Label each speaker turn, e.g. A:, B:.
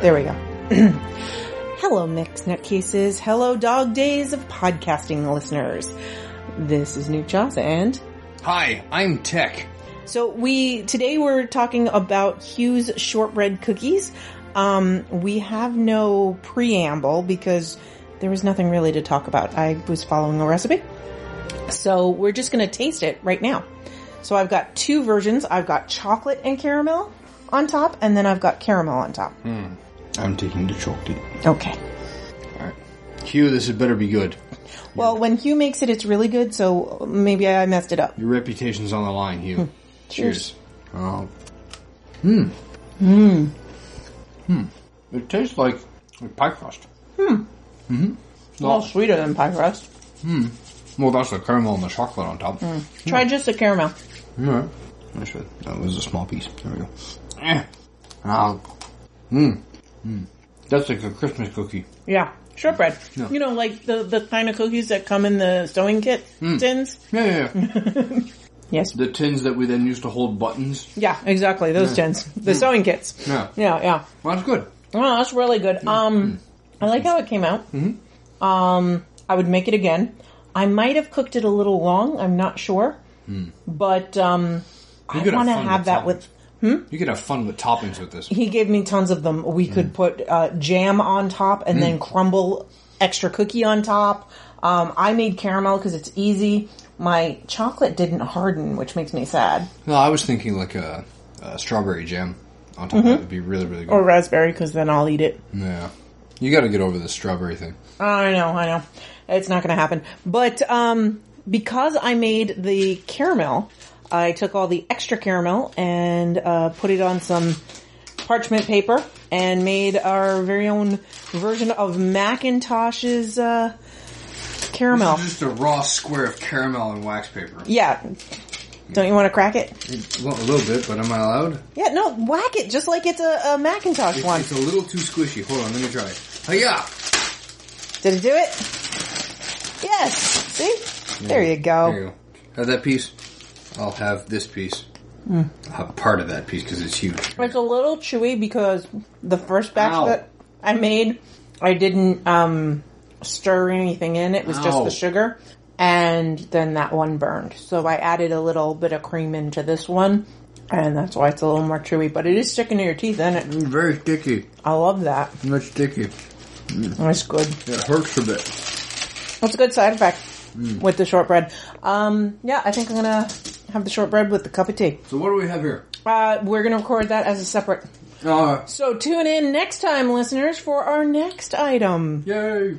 A: There we go. Hello, Mixed Nutcases. Hello, Dog Days of Podcasting listeners. This is Newt Joss and
B: Hi, I'm Tech.
A: So we today we're talking about Hughes shortbread cookies. Um, we have no preamble because there was nothing really to talk about. I was following a recipe, so we're just going to taste it right now. So I've got two versions. I've got chocolate and caramel on top, and then I've got caramel on top.
B: I'm taking the chocolate.
A: Okay.
B: Alright. Hugh, this had better be good.
A: Well, when Hugh makes it, it's really good. So maybe I messed it up.
B: Your reputation's on the line, Hugh. Cheers. Oh. Hmm. Hmm. Hmm. It tastes like, like pie crust.
A: A little sweeter than pie crust.
B: Well, that's the caramel and the chocolate on top.
A: Hmm. Try just the caramel.
B: Alright. That's good. That was a small piece. There we go. Eh. Ah. Mmm. That's like a Christmas cookie.
A: Yeah, shortbread.
B: Yeah.
A: You know, like the the kind of cookies that come in the sewing kit tins.
B: Yeah, yeah,
A: Hmm.
B: yeah.
A: Yes.
B: Hmm. the tins that we then used to hold buttons.
A: Yeah, exactly. Those tins, the sewing kits.
B: Hmm. Yeah. Hmm.
A: Yeah, yeah.
B: Well, that's good.
A: Oh, that's really good. Um, I like how it came out. Um,
B: Mm-hmm.
A: I would make it again. I might have cooked it a little long. I'm not sure,
B: Hmm.
A: but um, I
B: could have
A: want to
B: fun
A: have
B: with
A: that
B: toppings.
A: with. Hmm?
B: You could have fun with toppings with this.
A: He gave me tons of them. We could put uh, jam on top and then crumble extra cookie on top. Um, I made caramel because it's easy. My chocolate didn't harden, which makes me sad.
B: No, I was thinking like a, a strawberry jam on top. of That would be really, really good.
A: Mm-hmm. Or raspberry, because then I'll eat it.
B: yeah, you got to get over the strawberry thing.
A: I know, I know. It's not going to happen. But um, because I made the caramel, I took all the extra caramel and uh, put it on some parchment paper and made our very own version of Macintosh's uh, caramel.
B: Just a raw square of caramel and wax paper.
A: Yeah. Don't you want to crack it?
B: Well, a little bit, but am I allowed?
A: Yeah, no, whack it just like it's a, a Macintosh
B: It's,
A: one.
B: it's a little too squishy. Hold on, let me try it. Hiya!
A: Did it do it? Yes. See? There you go.
B: Mm. There you go. Have that piece. I'll have this piece.
A: Mm.
B: I'll have part of that piece because it's huge.
A: It's a little chewy because the first batch
B: Ow.
A: that I made, I didn't um, stir anything in. It was just
B: Ow.
A: the sugar. And then that one burned. So I added a little bit of cream into this one. And that's why it's a little more chewy. But it is sticking to your teeth, isn't it? Mm.
B: It's very sticky.
A: I love that.
B: It's sticky.
A: That's good.
B: It hurts a bit.
A: That's a good side effect with the shortbread. Um, yeah, I think I'm going to have the shortbread with the cup of tea.
B: So what do we have here?
A: Uh, we're going to record that as a separate.
B: Uh,
A: So tune in next time, listeners, for our next item.
B: yay!